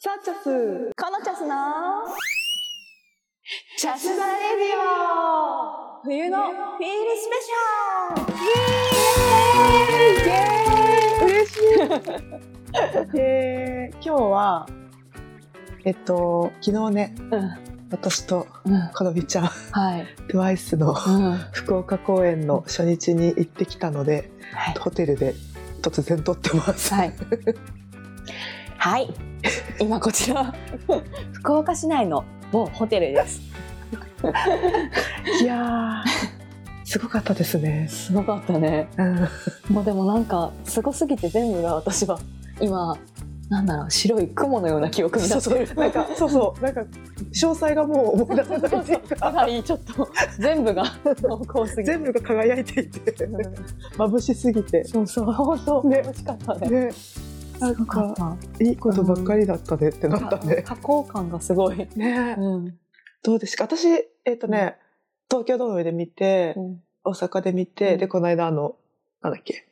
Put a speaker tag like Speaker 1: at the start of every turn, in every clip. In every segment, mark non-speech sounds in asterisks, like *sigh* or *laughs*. Speaker 1: サチャス
Speaker 2: このチャスの
Speaker 1: チャスザレディオ
Speaker 2: 冬のフィールスペ
Speaker 1: イエーイ嬉しい *laughs* で今日はえっと昨日ね
Speaker 2: シャー
Speaker 1: 私と
Speaker 2: うん、うん、
Speaker 1: かのびちゃん
Speaker 2: はい、
Speaker 1: TWICE の
Speaker 2: うん、
Speaker 1: 福岡公演の初日に行ってきたので
Speaker 2: はい、
Speaker 1: ホテルで突然撮ってます、
Speaker 2: はい、はい、今こち
Speaker 1: *laughs*
Speaker 2: ら福岡市内の某ホテルです
Speaker 1: い、やーすごかったですね、
Speaker 2: すごかったね
Speaker 1: うん、
Speaker 2: もうでもなんかすごすぎて全部が私は今なんだろう白い雲のような記憶になってる
Speaker 1: なんかそうそうなんか詳細がもう思い出せないっていう
Speaker 2: か
Speaker 1: か
Speaker 2: なりちょっと全部が濃厚すぎて
Speaker 1: 全部が輝いていて
Speaker 2: うん
Speaker 1: 眩しすぎて
Speaker 2: そうそう本当
Speaker 1: ね
Speaker 2: 美味しかったね
Speaker 1: ねな
Speaker 2: す
Speaker 1: ん
Speaker 2: ごかった
Speaker 1: かいいことばっかりだったねってなったね。
Speaker 2: 加工感がすごい。
Speaker 1: ね
Speaker 2: ん。
Speaker 1: どうですか私えっ、とね、東京ドームで見て、大阪で見て、
Speaker 2: うん
Speaker 1: でこの間あのなんだっけ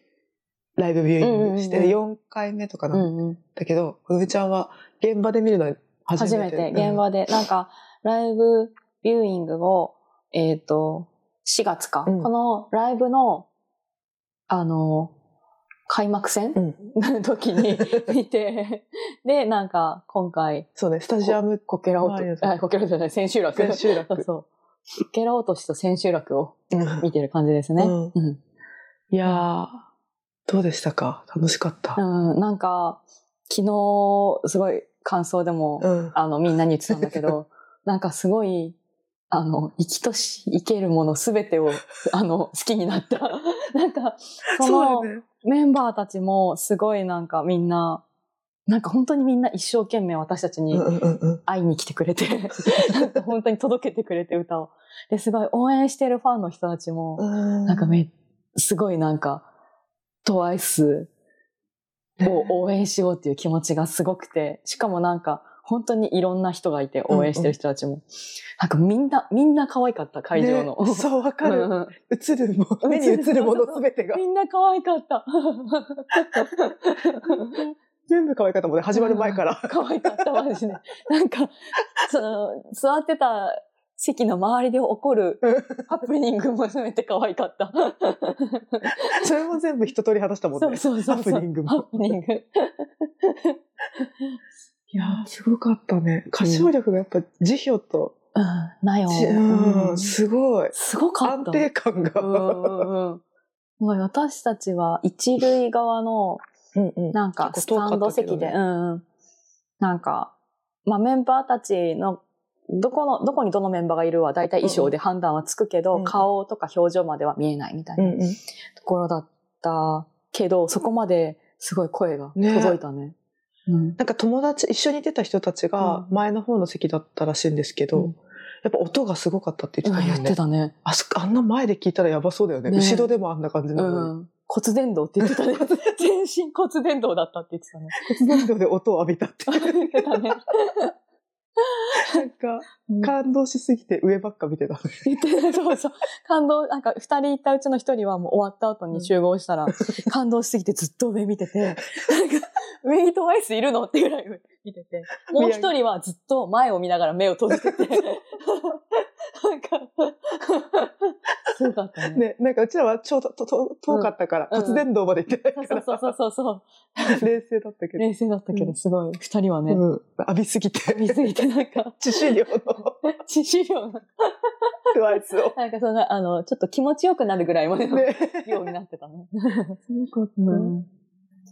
Speaker 1: ライブビューイングし
Speaker 2: うんう
Speaker 1: て
Speaker 2: んうん
Speaker 1: 4回目とか
Speaker 2: う
Speaker 1: なん
Speaker 2: うん。
Speaker 1: だけど、このみちゃんは現場で見るの初
Speaker 2: 初
Speaker 1: め
Speaker 2: め
Speaker 1: て
Speaker 2: て現場で、なんか、ライブビューイングを、えっ、と、4月か、
Speaker 1: うん
Speaker 2: このライブの、あの、開幕戦
Speaker 1: う、ん、うん
Speaker 2: の時に見て、で、なんか、今回、
Speaker 1: そうねスタジアム
Speaker 2: こけら落
Speaker 1: あいや
Speaker 2: と
Speaker 1: そう
Speaker 2: あ、こけら落としじゃない、千秋楽。
Speaker 1: 千秋楽
Speaker 2: そう
Speaker 1: *laughs*
Speaker 2: そう。こけら落としと千秋楽を
Speaker 1: うん
Speaker 2: 見てる感じですね。
Speaker 1: うん
Speaker 2: うん
Speaker 1: いやーどうでしたか楽しかった、
Speaker 2: うん、なんか、昨日、すごい感想でも、
Speaker 1: うん
Speaker 2: あの、みんなに言ってたんだけ
Speaker 1: *laughs*
Speaker 2: ど、なんかすごい、あの、生きとし、生けるものすべてを、あの、好きになった。 *laughs* なんか、その
Speaker 1: うだよね
Speaker 2: メンバーたちも、すごいなんかみんな、なんか本当にみんな一生懸命私たち
Speaker 1: う
Speaker 2: に
Speaker 1: んうんうんうん
Speaker 2: 会いに来てくれ
Speaker 1: *laughs*
Speaker 2: て、なんか本当に届けてくれて歌を。で、すごい応援してるファンの人たちも、
Speaker 1: うん
Speaker 2: なんかめ、すごいなんか、トワイスを応援しようっていう気持ちがすごくて、しかもなんか、本当にいろんな人がいて、応援してる人たちも。なんかみんな、みんな可愛かった、会場の。
Speaker 1: ねそうわか
Speaker 2: う
Speaker 1: る
Speaker 2: んうん
Speaker 1: 映るも目に映るもの全てが
Speaker 2: みんな可愛かった。 *laughs*
Speaker 1: 全部可愛かったもんね始まる前から
Speaker 2: 可愛かった、マジで。なんか、その、座ってた席の周りで起こるハプニングも含めて可愛かった。
Speaker 1: それも全部一通り話したもんね。
Speaker 2: そうそうそうそう。
Speaker 1: ハプニングも
Speaker 2: ハプニング。
Speaker 1: いやー、すごかったね。歌唱力がやっぱ、辞表と、
Speaker 2: うん、なよ。
Speaker 1: じ
Speaker 2: う
Speaker 1: うん、
Speaker 2: ん
Speaker 1: すごい。
Speaker 2: すごかっ
Speaker 1: 安
Speaker 2: た。
Speaker 1: 定感が。
Speaker 2: うんうんうん。もう私たちは一塁側の、
Speaker 1: うんうん
Speaker 2: なんか、ス
Speaker 1: 結構
Speaker 2: タ
Speaker 1: 遠
Speaker 2: ン
Speaker 1: か
Speaker 2: ド
Speaker 1: ったけど
Speaker 2: 席
Speaker 1: ね
Speaker 2: で、うんうん。なんか、まあメンバーたちの、どこの、どこにどのメンバーがいるは大体衣装で判断はつくけど、
Speaker 1: うんうん
Speaker 2: 顔とか表情までは見えないみたいな
Speaker 1: うんうん
Speaker 2: ところだったけど、そこまですごい声が
Speaker 1: ね
Speaker 2: 届いたね。うん。
Speaker 1: なんか友達、一緒に出た人たちが
Speaker 2: う
Speaker 1: 前の方の席だったらしいんですけど、
Speaker 2: うん
Speaker 1: やっぱ音がすごかったって
Speaker 2: う
Speaker 1: 言っ
Speaker 2: ん
Speaker 1: てた
Speaker 2: 言っ
Speaker 1: よ
Speaker 2: て
Speaker 1: ね。
Speaker 2: たね。
Speaker 1: あそあんな前で聞いたらやばそうだよね。
Speaker 2: ね
Speaker 1: 後ろでもあんな感じなの
Speaker 2: う
Speaker 1: に。
Speaker 2: ん。骨伝導って言っ
Speaker 1: *laughs*
Speaker 2: てたね。全身骨伝導だったって言ってたね。
Speaker 1: 骨伝導で音を浴びたって。
Speaker 2: *laughs* 言ってたね。
Speaker 1: なんか、
Speaker 2: うん
Speaker 1: 感動しすぎて上ばっか見てたね。
Speaker 2: 言ってた *laughs* そうそう。感動、なんか二人行ったうちの一人はもう終わった後に集合したら、
Speaker 1: *laughs*
Speaker 2: 感動しすぎてずっと上見てて、なんか、上にトワイスいるのってぐらい上見てて、もう一人はずっと前を見ながら目を閉じてて、なんか、すごかったね。
Speaker 1: ね、なんかうちらはちょうどとと遠かったから、
Speaker 2: うん
Speaker 1: 骨伝導まで行って
Speaker 2: そ
Speaker 1: な
Speaker 2: う
Speaker 1: いか
Speaker 2: そう
Speaker 1: ら、
Speaker 2: そうそうそう。
Speaker 1: 冷静だったけど。
Speaker 2: 冷静だったけ
Speaker 1: う
Speaker 2: ど、
Speaker 1: ん
Speaker 2: すごい。二人はね、
Speaker 1: うん、浴びすぎて、 *laughs*
Speaker 2: 見すぎてなんか、
Speaker 1: 致死量の
Speaker 2: 致死量の、
Speaker 1: トワイスを。
Speaker 2: なんかそんな、あの、ちょっと気持ちよくなるぐらいまでの
Speaker 1: ね、
Speaker 2: 量になってたね。
Speaker 1: すごかっ
Speaker 2: うん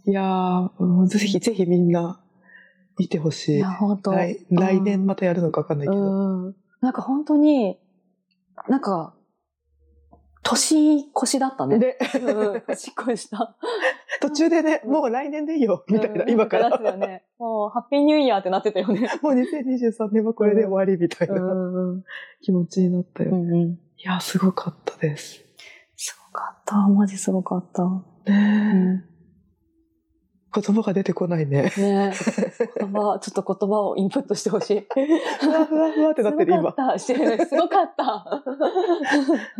Speaker 1: いやー、うんぜひ、ぜひみんな見てほし
Speaker 2: い
Speaker 1: い。
Speaker 2: や、本当
Speaker 1: 来来年またやるのかわかんない
Speaker 2: う
Speaker 1: けど。
Speaker 2: んうん。なんか本当に、なんか、年越しだったね。
Speaker 1: で、
Speaker 2: うんうん、年越した。
Speaker 1: *laughs* 途中でね、もう来年でいいよ、 *laughs* みたいな、
Speaker 2: うん
Speaker 1: 今から。
Speaker 2: なってたよね。もう、ハッピーニューイヤーってなってたよ
Speaker 1: *laughs*
Speaker 2: ね。
Speaker 1: もう2023年はこれで終わりみたいうなん
Speaker 2: うん。
Speaker 1: 気持ちになったよ。
Speaker 2: うんうん。
Speaker 1: いやー、すごかったです。
Speaker 2: すごかった。マジすごかった。
Speaker 1: ね
Speaker 2: ね
Speaker 1: え言葉が出てこないね。
Speaker 2: え。言葉、 *laughs* ちょっと言葉をインプットしてほしい。っ
Speaker 1: ふわふわふわってなってる、
Speaker 2: すご
Speaker 1: 今。
Speaker 2: かった。してるすごかった。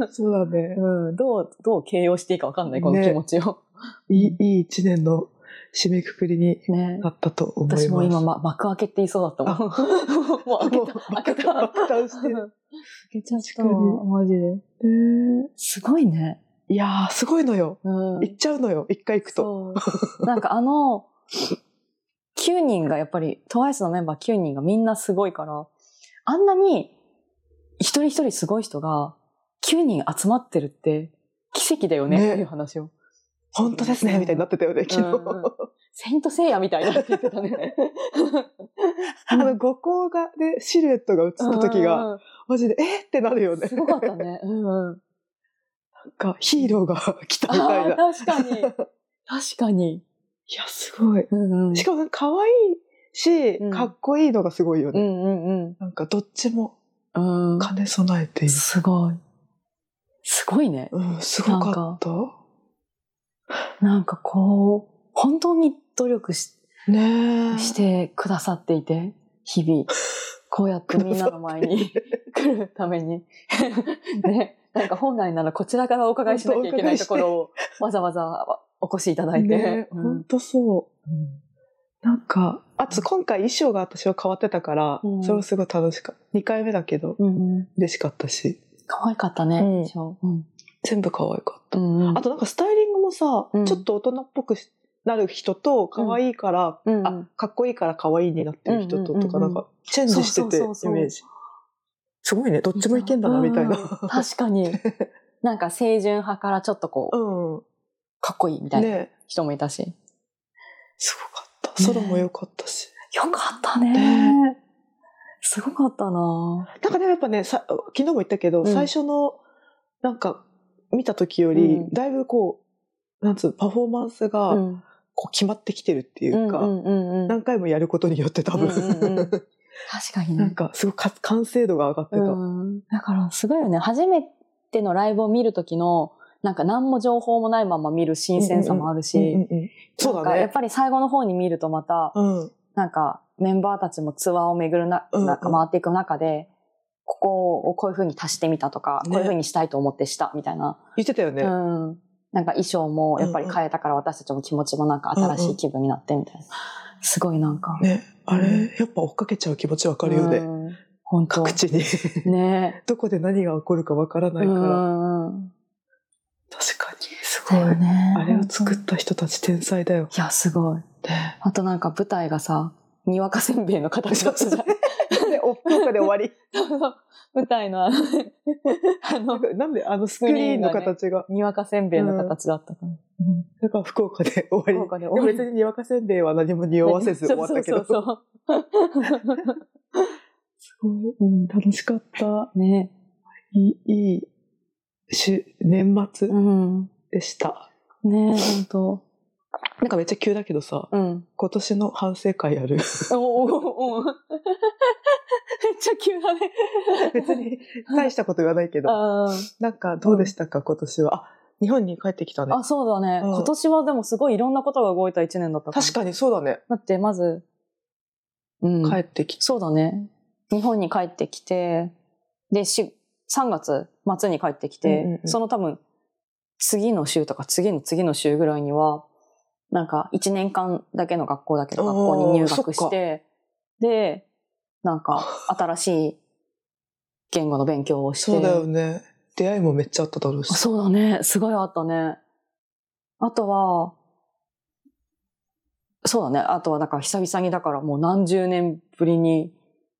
Speaker 1: そうだね。
Speaker 2: うん。どう、どう形容していいかわかんない、この気持ちを。
Speaker 1: いい、いい一年の締めくくりに
Speaker 2: ね
Speaker 1: なったと思います。
Speaker 2: 私も今、ま、幕開けって言いそうだったもん。もう開けた、開けた。開
Speaker 1: 爆弾してる。
Speaker 2: けちゃった
Speaker 1: 確かに
Speaker 2: わ、マジで。
Speaker 1: えー
Speaker 2: すごいね。
Speaker 1: いやー、すごいのよ。
Speaker 2: うん
Speaker 1: 行っちゃうのよ。一回行くと。
Speaker 2: そう。なんかあの、9人がやっぱり、TWICE のメンバー9人がみんなすごいから、あんなに一人一人すごい人が9人集まってるって奇跡だよね
Speaker 1: ね
Speaker 2: っていう話を。
Speaker 1: 本当です
Speaker 2: う
Speaker 1: ね、
Speaker 2: ん
Speaker 1: みたいになってたよね、昨日。
Speaker 2: うんうんセイントセイヤみたいなって言ってた *laughs* ね。*laughs*
Speaker 1: あの、五光が、で、シルエットが映った時が、
Speaker 2: うん。
Speaker 1: マジで、えーってなるよね。
Speaker 2: すごかったね。うんうん。
Speaker 1: *laughs* なんか、ヒーローが来たみたい
Speaker 2: *laughs* ああ、
Speaker 1: な。い
Speaker 2: 確かに。確かに。
Speaker 1: や、すごい。
Speaker 2: うんうん。
Speaker 1: しかも、可愛いし
Speaker 2: うん、
Speaker 1: かっこいいのがすごいよ
Speaker 2: う
Speaker 1: ね。
Speaker 2: んうん
Speaker 1: なんか、どっちも
Speaker 2: うん。
Speaker 1: 兼ね備えて
Speaker 2: うん。
Speaker 1: いる。
Speaker 2: すごい。すごいね。
Speaker 1: うん、すごかった。
Speaker 2: なんかこう、本当に努力し
Speaker 1: ねえ。
Speaker 2: してくださっていて、日 *laughs* 々、こうやってみんなの前 *laughs* に来るために。ね、なんか本来ならこちらからお伺いしなきゃいけないところをわざわざお越しいただいて。
Speaker 1: ね
Speaker 2: う
Speaker 1: ほん
Speaker 2: ん
Speaker 1: とそう。
Speaker 2: うん
Speaker 1: なんか、あと今回衣装が私は変わってたから、
Speaker 2: うん
Speaker 1: それはすごい楽しかった。2回目だけど、
Speaker 2: うん、
Speaker 1: 嬉しかったし、
Speaker 2: 可愛かったね、
Speaker 1: うん
Speaker 2: そううん
Speaker 1: 全部可愛かった。
Speaker 2: うんうん
Speaker 1: あとなんかスタイリングもさ、
Speaker 2: うん
Speaker 1: ちょっと大人っぽくしなる人と、可愛いから、
Speaker 2: うん
Speaker 1: あ、かっこいいから可愛いになってる人と、
Speaker 2: うんうんうんうん
Speaker 1: とかなんか、チェンジしてて、イ
Speaker 2: そ
Speaker 1: メ
Speaker 2: うそうそうそう
Speaker 1: ージ。すごいね、どっちもいけんだな、みたいな。
Speaker 2: うん確か *laughs* に。なんか清純派からちょっとこう、
Speaker 1: うん。
Speaker 2: かっこいいみたいな
Speaker 1: ね
Speaker 2: 人もいたし。
Speaker 1: すごかった。ソロも良かったし。
Speaker 2: よかったね。
Speaker 1: ね
Speaker 2: すごかったな
Speaker 1: なんかね、やっぱね、さ昨日も言ったけど、
Speaker 2: うん
Speaker 1: 最初の、なんか、見た時より、
Speaker 2: うん
Speaker 1: だいぶこう、なんつうの、パフォーマンスが、
Speaker 2: うん
Speaker 1: こう決まってきてるってい
Speaker 2: うん
Speaker 1: うか、
Speaker 2: うんうんうん
Speaker 1: 何回もやることによって多分、
Speaker 2: うんうんうん確かに
Speaker 1: なん
Speaker 2: ね。
Speaker 1: かすごいか完成度が上がってた。
Speaker 2: うんだからすごいよね。初めてのライブを見る時の、なんか何も情報もないまま見る新鮮さもあるし、
Speaker 1: うんうんうんそう
Speaker 2: なん
Speaker 1: だ
Speaker 2: かやっ
Speaker 1: ね。
Speaker 2: ぱり最後の方に見るとまた、
Speaker 1: うん、
Speaker 2: なんかメンバーたちもツアーを巡るな、
Speaker 1: うんうん
Speaker 2: なんか回っていく中で、ここをこういう風に足してみたとか、
Speaker 1: ね
Speaker 2: こういう風にしたいと思ってしたみたいな。
Speaker 1: 言ってたよね。
Speaker 2: うん。なんか衣装もやっぱり変えたから私たちも気持ちもなんか新しい気分になってみたいな。すごいなんか。
Speaker 1: ね、あれ、
Speaker 2: うん
Speaker 1: やっぱ追っかけちゃう気持ちわかるよね。
Speaker 2: うん。本当
Speaker 1: 各地に。
Speaker 2: ね
Speaker 1: どこで何が起こるかわから
Speaker 2: え。
Speaker 1: ないから。
Speaker 2: うんうん。
Speaker 1: 確かに。すご
Speaker 2: だ
Speaker 1: い。
Speaker 2: よね。
Speaker 1: あれを作っ
Speaker 2: い
Speaker 1: た人たち天
Speaker 2: *laughs*
Speaker 1: 才だよ。
Speaker 2: や、すごい。
Speaker 1: ね。
Speaker 2: あとなんか舞台がさ、にわかせんべいの形だ *laughs* ったじゃん。
Speaker 1: で、おっかで終わり。
Speaker 2: 舞台のあの、あの、
Speaker 1: *laughs* なんであのスクリーンの形が。
Speaker 2: にわかせんべいの形だったから。
Speaker 1: だから福岡で終わり。
Speaker 2: 福岡で
Speaker 1: で
Speaker 2: 終
Speaker 1: も
Speaker 2: わり
Speaker 1: 別ににわかせんべいは何も匂わせず終わったけ
Speaker 2: *laughs* そ
Speaker 1: ど。
Speaker 2: うそうそうそう。
Speaker 1: すごいうん楽しかった。
Speaker 2: ね
Speaker 1: いい、いい週、年末
Speaker 2: うん。
Speaker 1: でした。
Speaker 2: ねえ、ほんと。
Speaker 1: なんかめっちゃ急だけどさ、
Speaker 2: うん。
Speaker 1: 今年の反省会やる。
Speaker 2: おおおお *laughs* めっちゃ急だね。
Speaker 1: *laughs* 別に大したこと言わないけど、
Speaker 2: *laughs* あ
Speaker 1: なんかどうでしたか、今年は。あ、日本に帰ってきた
Speaker 2: ー
Speaker 1: ね。
Speaker 2: あ、そうだね、
Speaker 1: うん
Speaker 2: 今年はでもすごいいろんなことが動いた一年だった
Speaker 1: 確
Speaker 2: か
Speaker 1: かにそうだね。
Speaker 2: に。だってまず、うん。
Speaker 1: 帰ってきた。
Speaker 2: そうだね。日本に帰ってきて、で、し3月末に帰ってきて、
Speaker 1: うんうんうん
Speaker 2: その多分、次の週とか次の次の週ぐらいには、なんか1年間だけの学校だけど、
Speaker 1: おー
Speaker 2: 学校に入
Speaker 1: そっか
Speaker 2: 学して、で、なんか新しい言語の勉強をして。
Speaker 1: そうだよね。出会いもめっちゃあっただろうし
Speaker 2: あ。そうだね。すごいあったね。あとは、そうだね。あとは、だから久々に、だからもう何十年ぶりに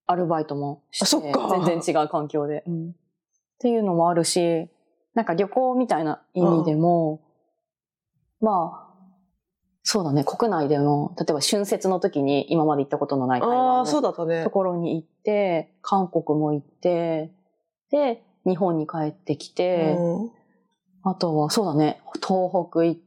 Speaker 2: アルバイトもして、
Speaker 1: あそっか
Speaker 2: 全然違う環境で、うんっていうのもあるし、なんか旅行みたいな意味でも、まあ、そうだね。国内での、例えば春節の時に今まで行ったことのない台
Speaker 1: あ
Speaker 2: 湾
Speaker 1: あ、
Speaker 2: の
Speaker 1: そうだったね
Speaker 2: と。ころに行って、韓国も行って、で、日本に帰ってきて、
Speaker 1: うん
Speaker 2: あとは、そうだね、東北行って、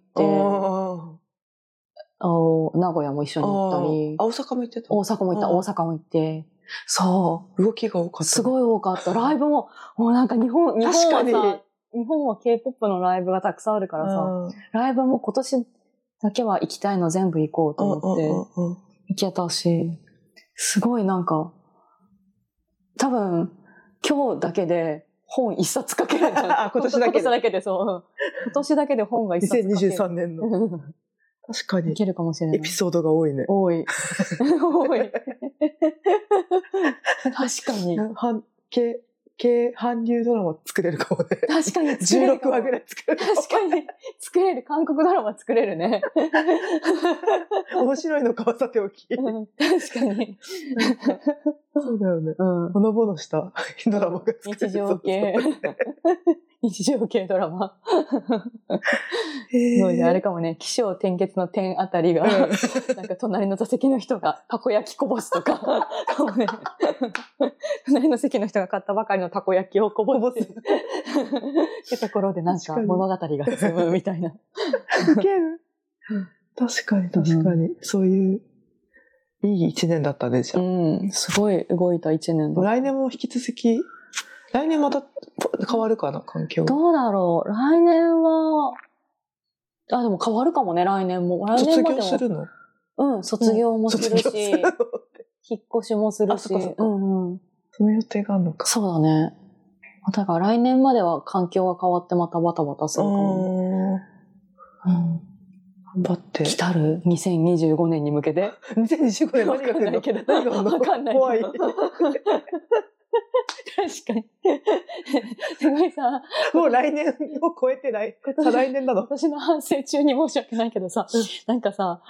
Speaker 1: あ
Speaker 2: お名古屋も一緒
Speaker 1: ー
Speaker 2: に行ったり
Speaker 1: あー、、大阪も行ってた。
Speaker 2: 大阪も行った、
Speaker 1: うん
Speaker 2: 大阪も行って、そ
Speaker 1: 動きが多か
Speaker 2: う、
Speaker 1: った。
Speaker 2: すごい多かった。ライブも、もうなんか日本、日本は
Speaker 1: *laughs* 確か
Speaker 2: さ、日本は K-POP のライブがたくさんあるからさ、
Speaker 1: うん
Speaker 2: ライブも今年だけは行きたいの全部行こうと思って、
Speaker 1: うんうんうんうん
Speaker 2: 行けたし、すごいなんか、多分、今日だけで本一冊書けるんじゃない
Speaker 1: *laughs* あ今年だけで
Speaker 2: *laughs* 今年だけで、そう。今年だけで本が一冊書ける。
Speaker 1: 2023年の。
Speaker 2: うん
Speaker 1: 確か
Speaker 2: い
Speaker 1: に。
Speaker 2: けるかもしれな
Speaker 1: エ
Speaker 2: い
Speaker 1: ピ。ソードが多いね。
Speaker 2: 多
Speaker 1: *laughs*
Speaker 2: い。多い。確かに。
Speaker 1: 半、け、け、韓流ドラマ作れるかもね。
Speaker 2: 確かに *laughs* 作れる
Speaker 1: 16
Speaker 2: かも。
Speaker 1: 話ぐらい作れる。
Speaker 2: 確かに作れる。韓国ドラマ作れるね。 *laughs*
Speaker 1: 面白いのかはさておき。
Speaker 2: うん確かに。
Speaker 1: そうだよね。
Speaker 2: うん
Speaker 1: ほのぼのした *laughs* ドラマが作れる。
Speaker 2: 日常系。 *laughs* 日常系ドラマ。そうねあれかもね、起承転結の点あたりが、
Speaker 1: うん
Speaker 2: なんか隣の座席の人がたこ焼きこぼすとか、かもね、隣の席の人が買ったばかりのたこ焼きをこぼすってところでなん
Speaker 1: 確
Speaker 2: か
Speaker 1: かに
Speaker 2: 物語が進むみた
Speaker 1: *laughs*
Speaker 2: いな。
Speaker 1: ウケる確かに確かに。そういう、いい一年だったね、じゃあ。
Speaker 2: うん、すごい動いた一年だ。
Speaker 1: 来年も引き続き、来年また変わるかな、環境。ちょ
Speaker 2: どうだろう来年は、あ、でも変わるかもね、来年も。来
Speaker 1: 卒
Speaker 2: 年もで
Speaker 1: 業
Speaker 2: も
Speaker 1: するの
Speaker 2: うん、卒業もするし、
Speaker 1: 卒業するの
Speaker 2: 引っ越しもする
Speaker 1: あ
Speaker 2: し。
Speaker 1: そっかそっか
Speaker 2: うんうん。
Speaker 1: その予定があるのか。
Speaker 2: そうだね。だから来年までは環境が変わってまたバタバタするかも。
Speaker 1: う
Speaker 2: うん、
Speaker 1: ん頑張って。
Speaker 2: 来たる ?2025 年に向け
Speaker 1: *laughs*
Speaker 2: て。
Speaker 1: 2025年何が来る
Speaker 2: わかんな
Speaker 1: の
Speaker 2: いけど
Speaker 1: 何が来るの
Speaker 2: わかんないけど
Speaker 1: 怖い。
Speaker 2: 確かに。 *laughs* すごいさ、
Speaker 1: もう来年を超えて来、再来年なの。
Speaker 2: 私の反省中に申し訳ないけどさ、なんかさ、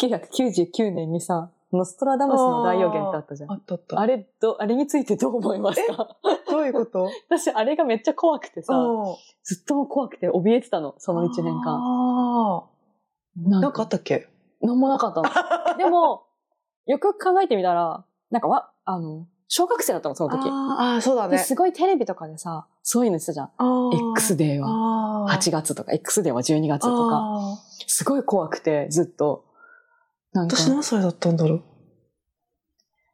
Speaker 2: 1999年にさ、ノストラダムスの大予言ってあったじゃん。
Speaker 1: あ
Speaker 2: *laughs* あ
Speaker 1: ったあった。
Speaker 2: れど、あれについてどう思いますか
Speaker 1: どういうこと
Speaker 2: *laughs* 私、あれがめっちゃ怖くてさ、ずっともう怖くて怯えてたの、そ
Speaker 1: こ
Speaker 2: の1年間。
Speaker 1: 間。
Speaker 2: な
Speaker 1: なんかあったっけ
Speaker 2: なんもなかった
Speaker 1: *laughs*
Speaker 2: の。でも、よくよく考えてみたら、なんかわ、あの、小学生だったの、その時。
Speaker 1: あー、そうだ
Speaker 2: で、すごいテレビとかでさ、そういうの言ってたじゃん。X デーは
Speaker 1: は
Speaker 2: 8月とか、X デーは12月とか、
Speaker 1: か。
Speaker 2: すごい怖くて、ずっと。なんか、
Speaker 1: 私何歳だったんだろう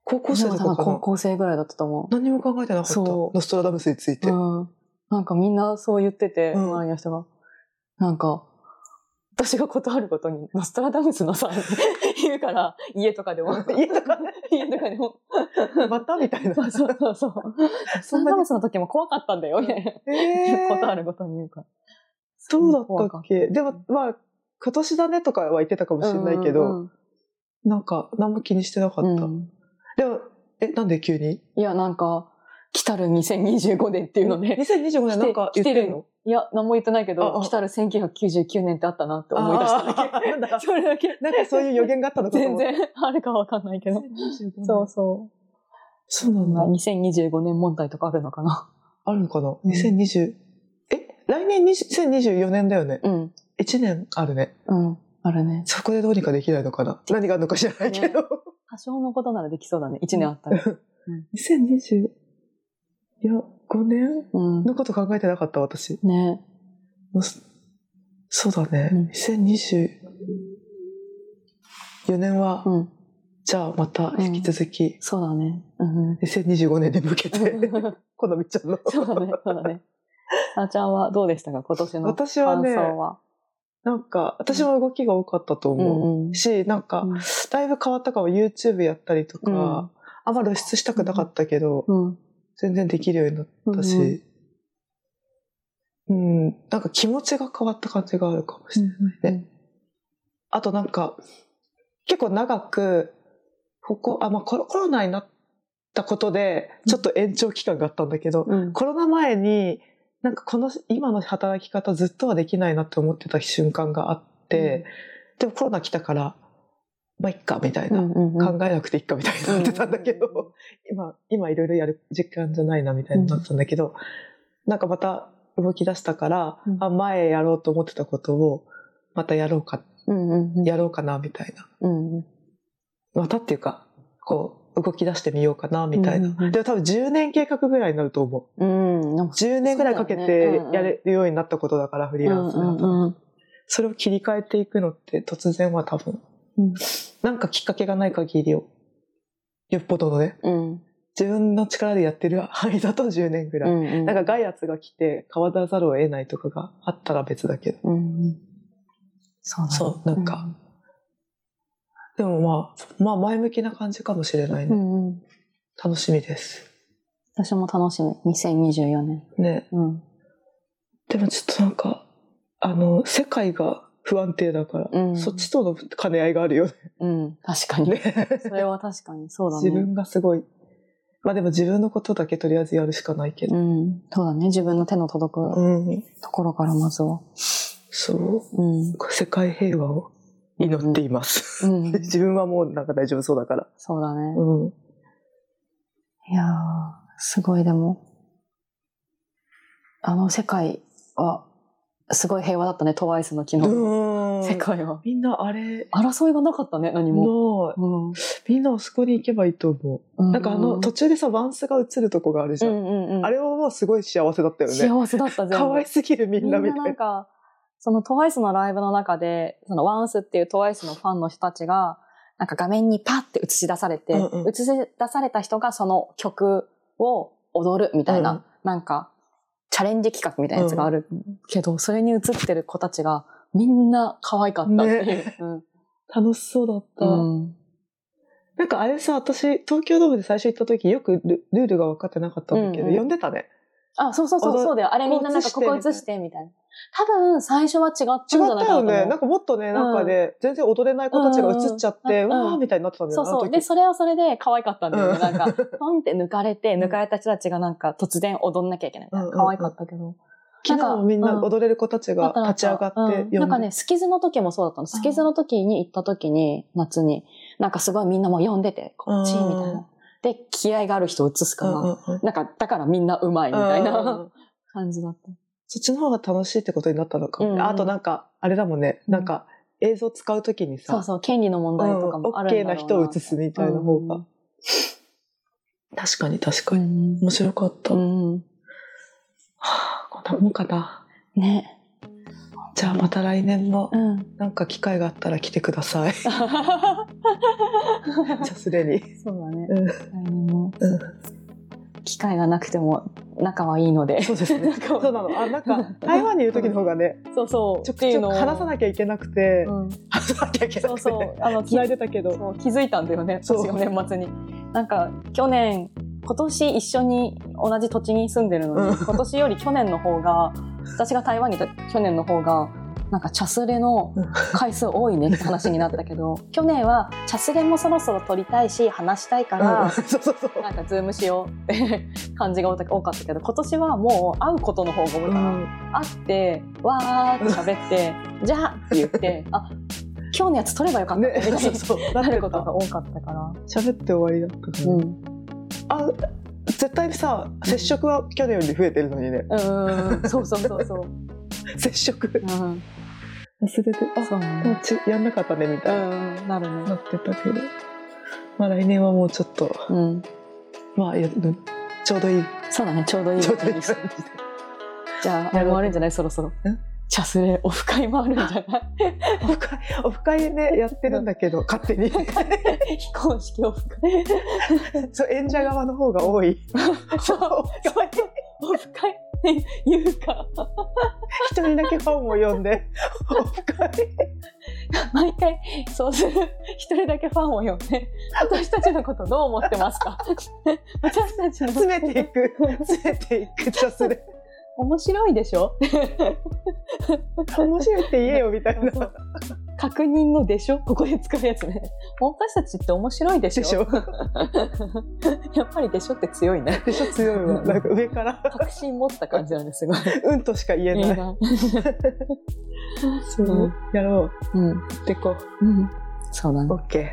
Speaker 1: 高校生
Speaker 2: で
Speaker 1: と
Speaker 2: も
Speaker 1: か
Speaker 2: 多
Speaker 1: か
Speaker 2: 分
Speaker 1: な
Speaker 2: 高校生ぐらいだったと思
Speaker 1: 何も考えてなかった。
Speaker 2: そ
Speaker 1: ノストラダムスにつ *laughs* いて。
Speaker 2: う。うん。なんかみんなそう言ってて、
Speaker 1: うん
Speaker 2: 周りの人が。なんか、私が断ることに、ノストラダムスのさ、 *laughs* 言うから、家とかでも。
Speaker 1: *laughs* 家とかね、
Speaker 2: 家とかでも。
Speaker 1: またみたい
Speaker 2: *laughs*
Speaker 1: な。
Speaker 2: そうそうそうそう。
Speaker 1: そ
Speaker 2: そ
Speaker 1: ん
Speaker 2: んな
Speaker 1: なに
Speaker 2: ダムスの時も怖かったんだよ、みたいな。
Speaker 1: えー
Speaker 2: ことあることに言うから。
Speaker 1: どうだった
Speaker 2: 怖
Speaker 1: っ
Speaker 2: か
Speaker 1: けでも、まあ、今年だねとかは言ってたかもしれないけど、
Speaker 2: うん
Speaker 1: なんか、何も気にしてなか
Speaker 2: う
Speaker 1: っ
Speaker 2: ん
Speaker 1: た。
Speaker 2: うん
Speaker 1: でも、え、なんで急に
Speaker 2: いや、なんか、来たる2025年っていうので、
Speaker 1: 2025年なんか言ってるの
Speaker 2: いや、何も言ってないけ
Speaker 1: あ
Speaker 2: ど、
Speaker 1: あ
Speaker 2: 来たる1999年ってあったなって思い出しただ
Speaker 1: あー *laughs* なんだ
Speaker 2: け。それだけ。
Speaker 1: なんかそういう予言があったのかと思
Speaker 2: 全
Speaker 1: った。
Speaker 2: 然あるかわかんないけど。
Speaker 1: 2025年
Speaker 2: そうそ
Speaker 1: そうな
Speaker 2: う。
Speaker 1: んだ。
Speaker 2: 2025年問題とかあるのかな。
Speaker 1: あるのかな
Speaker 2: うん
Speaker 1: ?2020。え来年20 2024年だよね。
Speaker 2: うん。
Speaker 1: 1年あるね。
Speaker 2: うん。あるね。
Speaker 1: そこでどうにかできないのかな何があるのか知らないけど。
Speaker 2: 多少のことならできそうだね。1年あったら。
Speaker 1: *laughs* 2020、いや、5年
Speaker 2: うん。
Speaker 1: のこと考えてなかった、私。
Speaker 2: ね。
Speaker 1: そそうだね。
Speaker 2: うん
Speaker 1: 2024年は、
Speaker 2: うん。
Speaker 1: じゃあまた引き続き、
Speaker 2: そうだね。
Speaker 1: *laughs*
Speaker 2: うん。
Speaker 1: 2025年に向
Speaker 2: *laughs*
Speaker 1: けて、好みちゃんの。
Speaker 2: そうだね、そうだね。あーちゃんはどうでしたか今年の感
Speaker 1: 私はね、
Speaker 2: 想は。
Speaker 1: なんか、私も動きが多かったと
Speaker 2: う
Speaker 1: 思う。
Speaker 2: んうん。
Speaker 1: し、なんか、だいぶ変わったかも。YouTube やったりとか、
Speaker 2: うん
Speaker 1: あんま露出したくなかったけど、
Speaker 2: うん。
Speaker 1: 全然できるようになったし、うん、なんか気持ちが変わった感じがあるかもしれない。ねあとなんか、結構長く、ここ、あ、まあコロコロナになったことで、ちょっと延長期間があったんだけど、
Speaker 2: うん。
Speaker 1: コロナ前に、なんかこの、今の働き方ずっとはできないなって思ってた瞬間があって、でもコロナ来たから、まあいっか、みたいな。考えなくていいかみたいになってたんだけど、
Speaker 2: うんうんうん
Speaker 1: 今、今いろいろやる時間じゃないなみたいになったんだけど、なんかまた動き出したから、
Speaker 2: うん
Speaker 1: あ、前やろうと思ってたことを、またやろうか、
Speaker 2: うんうんうん。
Speaker 1: やろうかなみたいな。
Speaker 2: うんうん。
Speaker 1: またっていうか、こう、動き出してみようかなみたいな。
Speaker 2: うんうんうん
Speaker 1: でも多分10年計画ぐらいになると思
Speaker 2: う
Speaker 1: う。
Speaker 2: ん。なんか
Speaker 1: 10年ぐらいかけ
Speaker 2: そうだよね
Speaker 1: て
Speaker 2: うんうん
Speaker 1: やれるようになったことだから、フリーランスで働く
Speaker 2: うんうんうん
Speaker 1: それを切り替えていくのって突然は多分、
Speaker 2: うん
Speaker 1: なんかきっかけがない限りを、よっぽどのね、
Speaker 2: うん
Speaker 1: 自分の力でやってる範囲だと10年ぐらい。
Speaker 2: うんうん。
Speaker 1: なんか外圧が来て変わらざるを得ないとかがあったら別だけど。
Speaker 2: うんうん、そうだ
Speaker 1: そう、なんか。でもまあ、まあ前向きな感じかもしれないうね。
Speaker 2: んうん。
Speaker 1: 楽しみです。
Speaker 2: 私も楽しみ。2024年。
Speaker 1: ね。
Speaker 2: うん。
Speaker 1: でもちょっとなんか、あの、世界が不安定だから、
Speaker 2: うん
Speaker 1: そっちとの兼ね合いがあるよね。
Speaker 2: うん、確かに。それは確かに、そうだね。
Speaker 1: 自分がすごい。まあでも自分のことだけとりあえずやるしかないけど。
Speaker 2: うん、そうだね。自分の手の届く
Speaker 1: うん
Speaker 2: ところからまずは。
Speaker 1: そう。
Speaker 2: うん。
Speaker 1: 世界平和を祈っています。
Speaker 2: うん
Speaker 1: *laughs* 自分はもうなんか大丈夫そうだから。
Speaker 2: そうだね。
Speaker 1: うん。
Speaker 2: いやー、すごいでも。あの世界は、すごい平和だったね。トワイスの昨日。
Speaker 1: うん
Speaker 2: 世界は。
Speaker 1: みんなあれ
Speaker 2: 争いがなかったね、何も。
Speaker 1: の、
Speaker 2: うん
Speaker 1: みんなあそこに行けばいいと思
Speaker 2: う
Speaker 1: う。
Speaker 2: ん
Speaker 1: なんかあの途中でさ、ワンスが映るとこがあるじ
Speaker 2: う
Speaker 1: ゃん。
Speaker 2: んうんうん。
Speaker 1: あれはもうすごい幸せだったよね。
Speaker 2: 幸せだった、全部。
Speaker 1: 可愛すぎるみんなみ
Speaker 2: みん
Speaker 1: た
Speaker 2: ないな。
Speaker 1: なん
Speaker 2: か、その TWICE のライブの中で、その ONCE っていう TWICE のファンの人たちが、なんか画面にパッて映し出されて、
Speaker 1: うんうん
Speaker 2: 映し出された人がその曲を踊るみたいな、
Speaker 1: うん
Speaker 2: なんか、チャレンジ企画みたいなやつがあるけど、それに映ってる子たちが、みんな可愛かったっていう。
Speaker 1: ね
Speaker 2: うん
Speaker 1: 楽しそうだった。
Speaker 2: うん。
Speaker 1: なんかあれさ、私、東京ドームで最初行った時よくルルールが分かってなかったんだけど、
Speaker 2: うんうん
Speaker 1: 呼んでたね。
Speaker 2: あ、そうそうそう、
Speaker 1: 踊る
Speaker 2: そうだよ。あれみんななんかここ映して、みたいな。多分、最初は違った
Speaker 1: 違
Speaker 2: んじ
Speaker 1: っ
Speaker 2: ゃないかな
Speaker 1: た
Speaker 2: と
Speaker 1: よ
Speaker 2: 思う。
Speaker 1: ね。なんかもっとね、なんかね、全然踊れない子たちが映っちゃって、
Speaker 2: うん
Speaker 1: わ
Speaker 2: うん
Speaker 1: ーみたいになってたんだ
Speaker 2: そう
Speaker 1: よ、ね、あの
Speaker 2: そう。
Speaker 1: 時。
Speaker 2: で、それはそれで可愛かったんだよね。
Speaker 1: うん
Speaker 2: なんか、ポンって抜かれて、抜かれた人たちがなんか突然踊んなきゃいけないみたいな。
Speaker 1: うんうんうん
Speaker 2: 可愛かったけど。
Speaker 1: 昨日もみんな踊れる子たちが立ち上がって
Speaker 2: うんなんかね、スキズの時もそうだったの。スキズの時に行った時に、夏に、なんかすごいみんなもう呼んでて、こっち、みたいな。で、気合がある人を映すから、なんか、だからみんなうまいみたいな感じだった。
Speaker 1: そっちの方が楽しいってことになったのかもね、
Speaker 2: うんうん
Speaker 1: あとなんか、あれだもんね、なんか映像使うときにさ、
Speaker 2: そうそう、権利の問題とかもあるんだろう
Speaker 1: うん OK な人を映すみたいな方が。
Speaker 2: うん
Speaker 1: 確かに確か
Speaker 2: う
Speaker 1: に。
Speaker 2: ん
Speaker 1: 面白かった。
Speaker 2: うん。
Speaker 1: はあ、こんなもんかな。
Speaker 2: ね。
Speaker 1: じゃあまた来年も
Speaker 2: うん。 *laughs*
Speaker 1: なんか機会があったら来てください。じゃあすでに。
Speaker 2: そうだね。
Speaker 1: うん
Speaker 2: 来年も、
Speaker 1: うん
Speaker 2: 機会がなくても仲はいいので。
Speaker 1: そうですね。
Speaker 2: 仲
Speaker 1: *laughs* そ
Speaker 2: は
Speaker 1: うなの。あ、なんか台湾にいる時の方がね、
Speaker 2: *laughs* そうそう。
Speaker 1: ちょくちょく話さ
Speaker 2: い。
Speaker 1: なきゃいけなくて、
Speaker 2: うん、
Speaker 1: 話さなきゃいけな
Speaker 2: そう
Speaker 1: くて、
Speaker 2: そう。あの、気
Speaker 1: 繋
Speaker 2: づ
Speaker 1: い
Speaker 2: い
Speaker 1: でたけど。
Speaker 2: そう気づいたんだよね。
Speaker 1: そう
Speaker 2: 私が年末に。なんか、去年、今年一緒に同じ土地に住んでるのに、
Speaker 1: うん
Speaker 2: 今年より去年の方が、私が台湾にいた去年の方が、なんかチャスレの
Speaker 1: うん
Speaker 2: 回数多いねって話になったけど、 *laughs* 去年はチャスレもそろそろ撮りたいし、話したいから、
Speaker 1: うん *laughs* そうそうそう。
Speaker 2: なんかズームしようって感じが多かったけど、今年はもう会うことの方が多いから、会って、わーって喋って、 *laughs* じゃあって言って、あ、今日のやつ撮ればよかったみた *laughs*
Speaker 1: ね、
Speaker 2: いな、
Speaker 1: そうそう。
Speaker 2: な
Speaker 1: な
Speaker 2: る
Speaker 1: る
Speaker 2: こ
Speaker 1: こと
Speaker 2: が
Speaker 1: と
Speaker 2: 多かったから。
Speaker 1: 喋って終わりだったか
Speaker 2: *laughs*
Speaker 1: ら。
Speaker 2: うん。う
Speaker 1: あ絶対さ接触は去年より増えてるのにね
Speaker 2: ーん。そうそうそうそう。
Speaker 1: 接触
Speaker 2: うん。そう
Speaker 1: 忘れてあ
Speaker 2: ね
Speaker 1: でもちやんなかったねみ
Speaker 2: う
Speaker 1: たい
Speaker 2: ん。なる
Speaker 1: なな
Speaker 2: ね。
Speaker 1: ってたけどまあ来年はもうちょっと
Speaker 2: うん。
Speaker 1: まあいやうんちょうどいい
Speaker 2: そうだね。ちょうどいい
Speaker 1: ちょうどいい
Speaker 2: 感
Speaker 1: 感
Speaker 2: じ
Speaker 1: じで
Speaker 2: じゃあ、あれもあるんじゃないそろそろ。チャスレオフ会もあるんじゃない *laughs*
Speaker 1: オフ会オフ会ねやってるんだけど勝手に
Speaker 2: 非公式オフ会。
Speaker 1: そう演者側の方が多い
Speaker 2: *laughs* そう。オフ会って言うか。
Speaker 1: 一人だけファンを呼んでオフ会
Speaker 2: 毎回そうする一人だけファンを呼んで私たちのことどう思ってますか *laughs* 私たちの
Speaker 1: 詰めていく *laughs* 詰めていくじゃあそれ
Speaker 2: 面白いでしょ
Speaker 1: 面白いって言えよみたいな
Speaker 2: そう確認のでしょここで使うやつね私たちって面白いでしょ
Speaker 1: でしょ
Speaker 2: やっぱりでしょって強いね
Speaker 1: でしょ強いわなんか上から
Speaker 2: 確信持った感じなんですごい
Speaker 1: うんとしか言え
Speaker 2: いい
Speaker 1: ない。 *laughs*
Speaker 2: な
Speaker 1: そう
Speaker 2: うん
Speaker 1: やろ
Speaker 2: うん
Speaker 1: う。でこ
Speaker 2: うんそうだ
Speaker 1: う。オ
Speaker 2: ね、
Speaker 1: ッケー。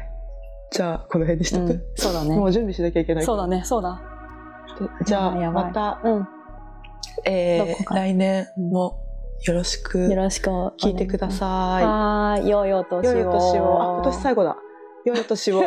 Speaker 1: じゃあ、この辺にしと
Speaker 2: うん
Speaker 1: く。、
Speaker 2: そうだ
Speaker 1: も
Speaker 2: ね
Speaker 1: う準備しなきゃいけない。
Speaker 2: そうだねそうだ
Speaker 1: じゃ
Speaker 2: や
Speaker 1: あ、
Speaker 2: ばい
Speaker 1: また、
Speaker 2: うんど
Speaker 1: え
Speaker 2: こ
Speaker 1: ー、
Speaker 2: か
Speaker 1: 来年もよろしく
Speaker 2: よろしくお願いします
Speaker 1: 聞いてくださ
Speaker 2: はーいよいよ
Speaker 1: い。
Speaker 2: 年
Speaker 1: 良
Speaker 2: を *laughs*
Speaker 1: いお年を。あ、今年最後だ。良いお年を。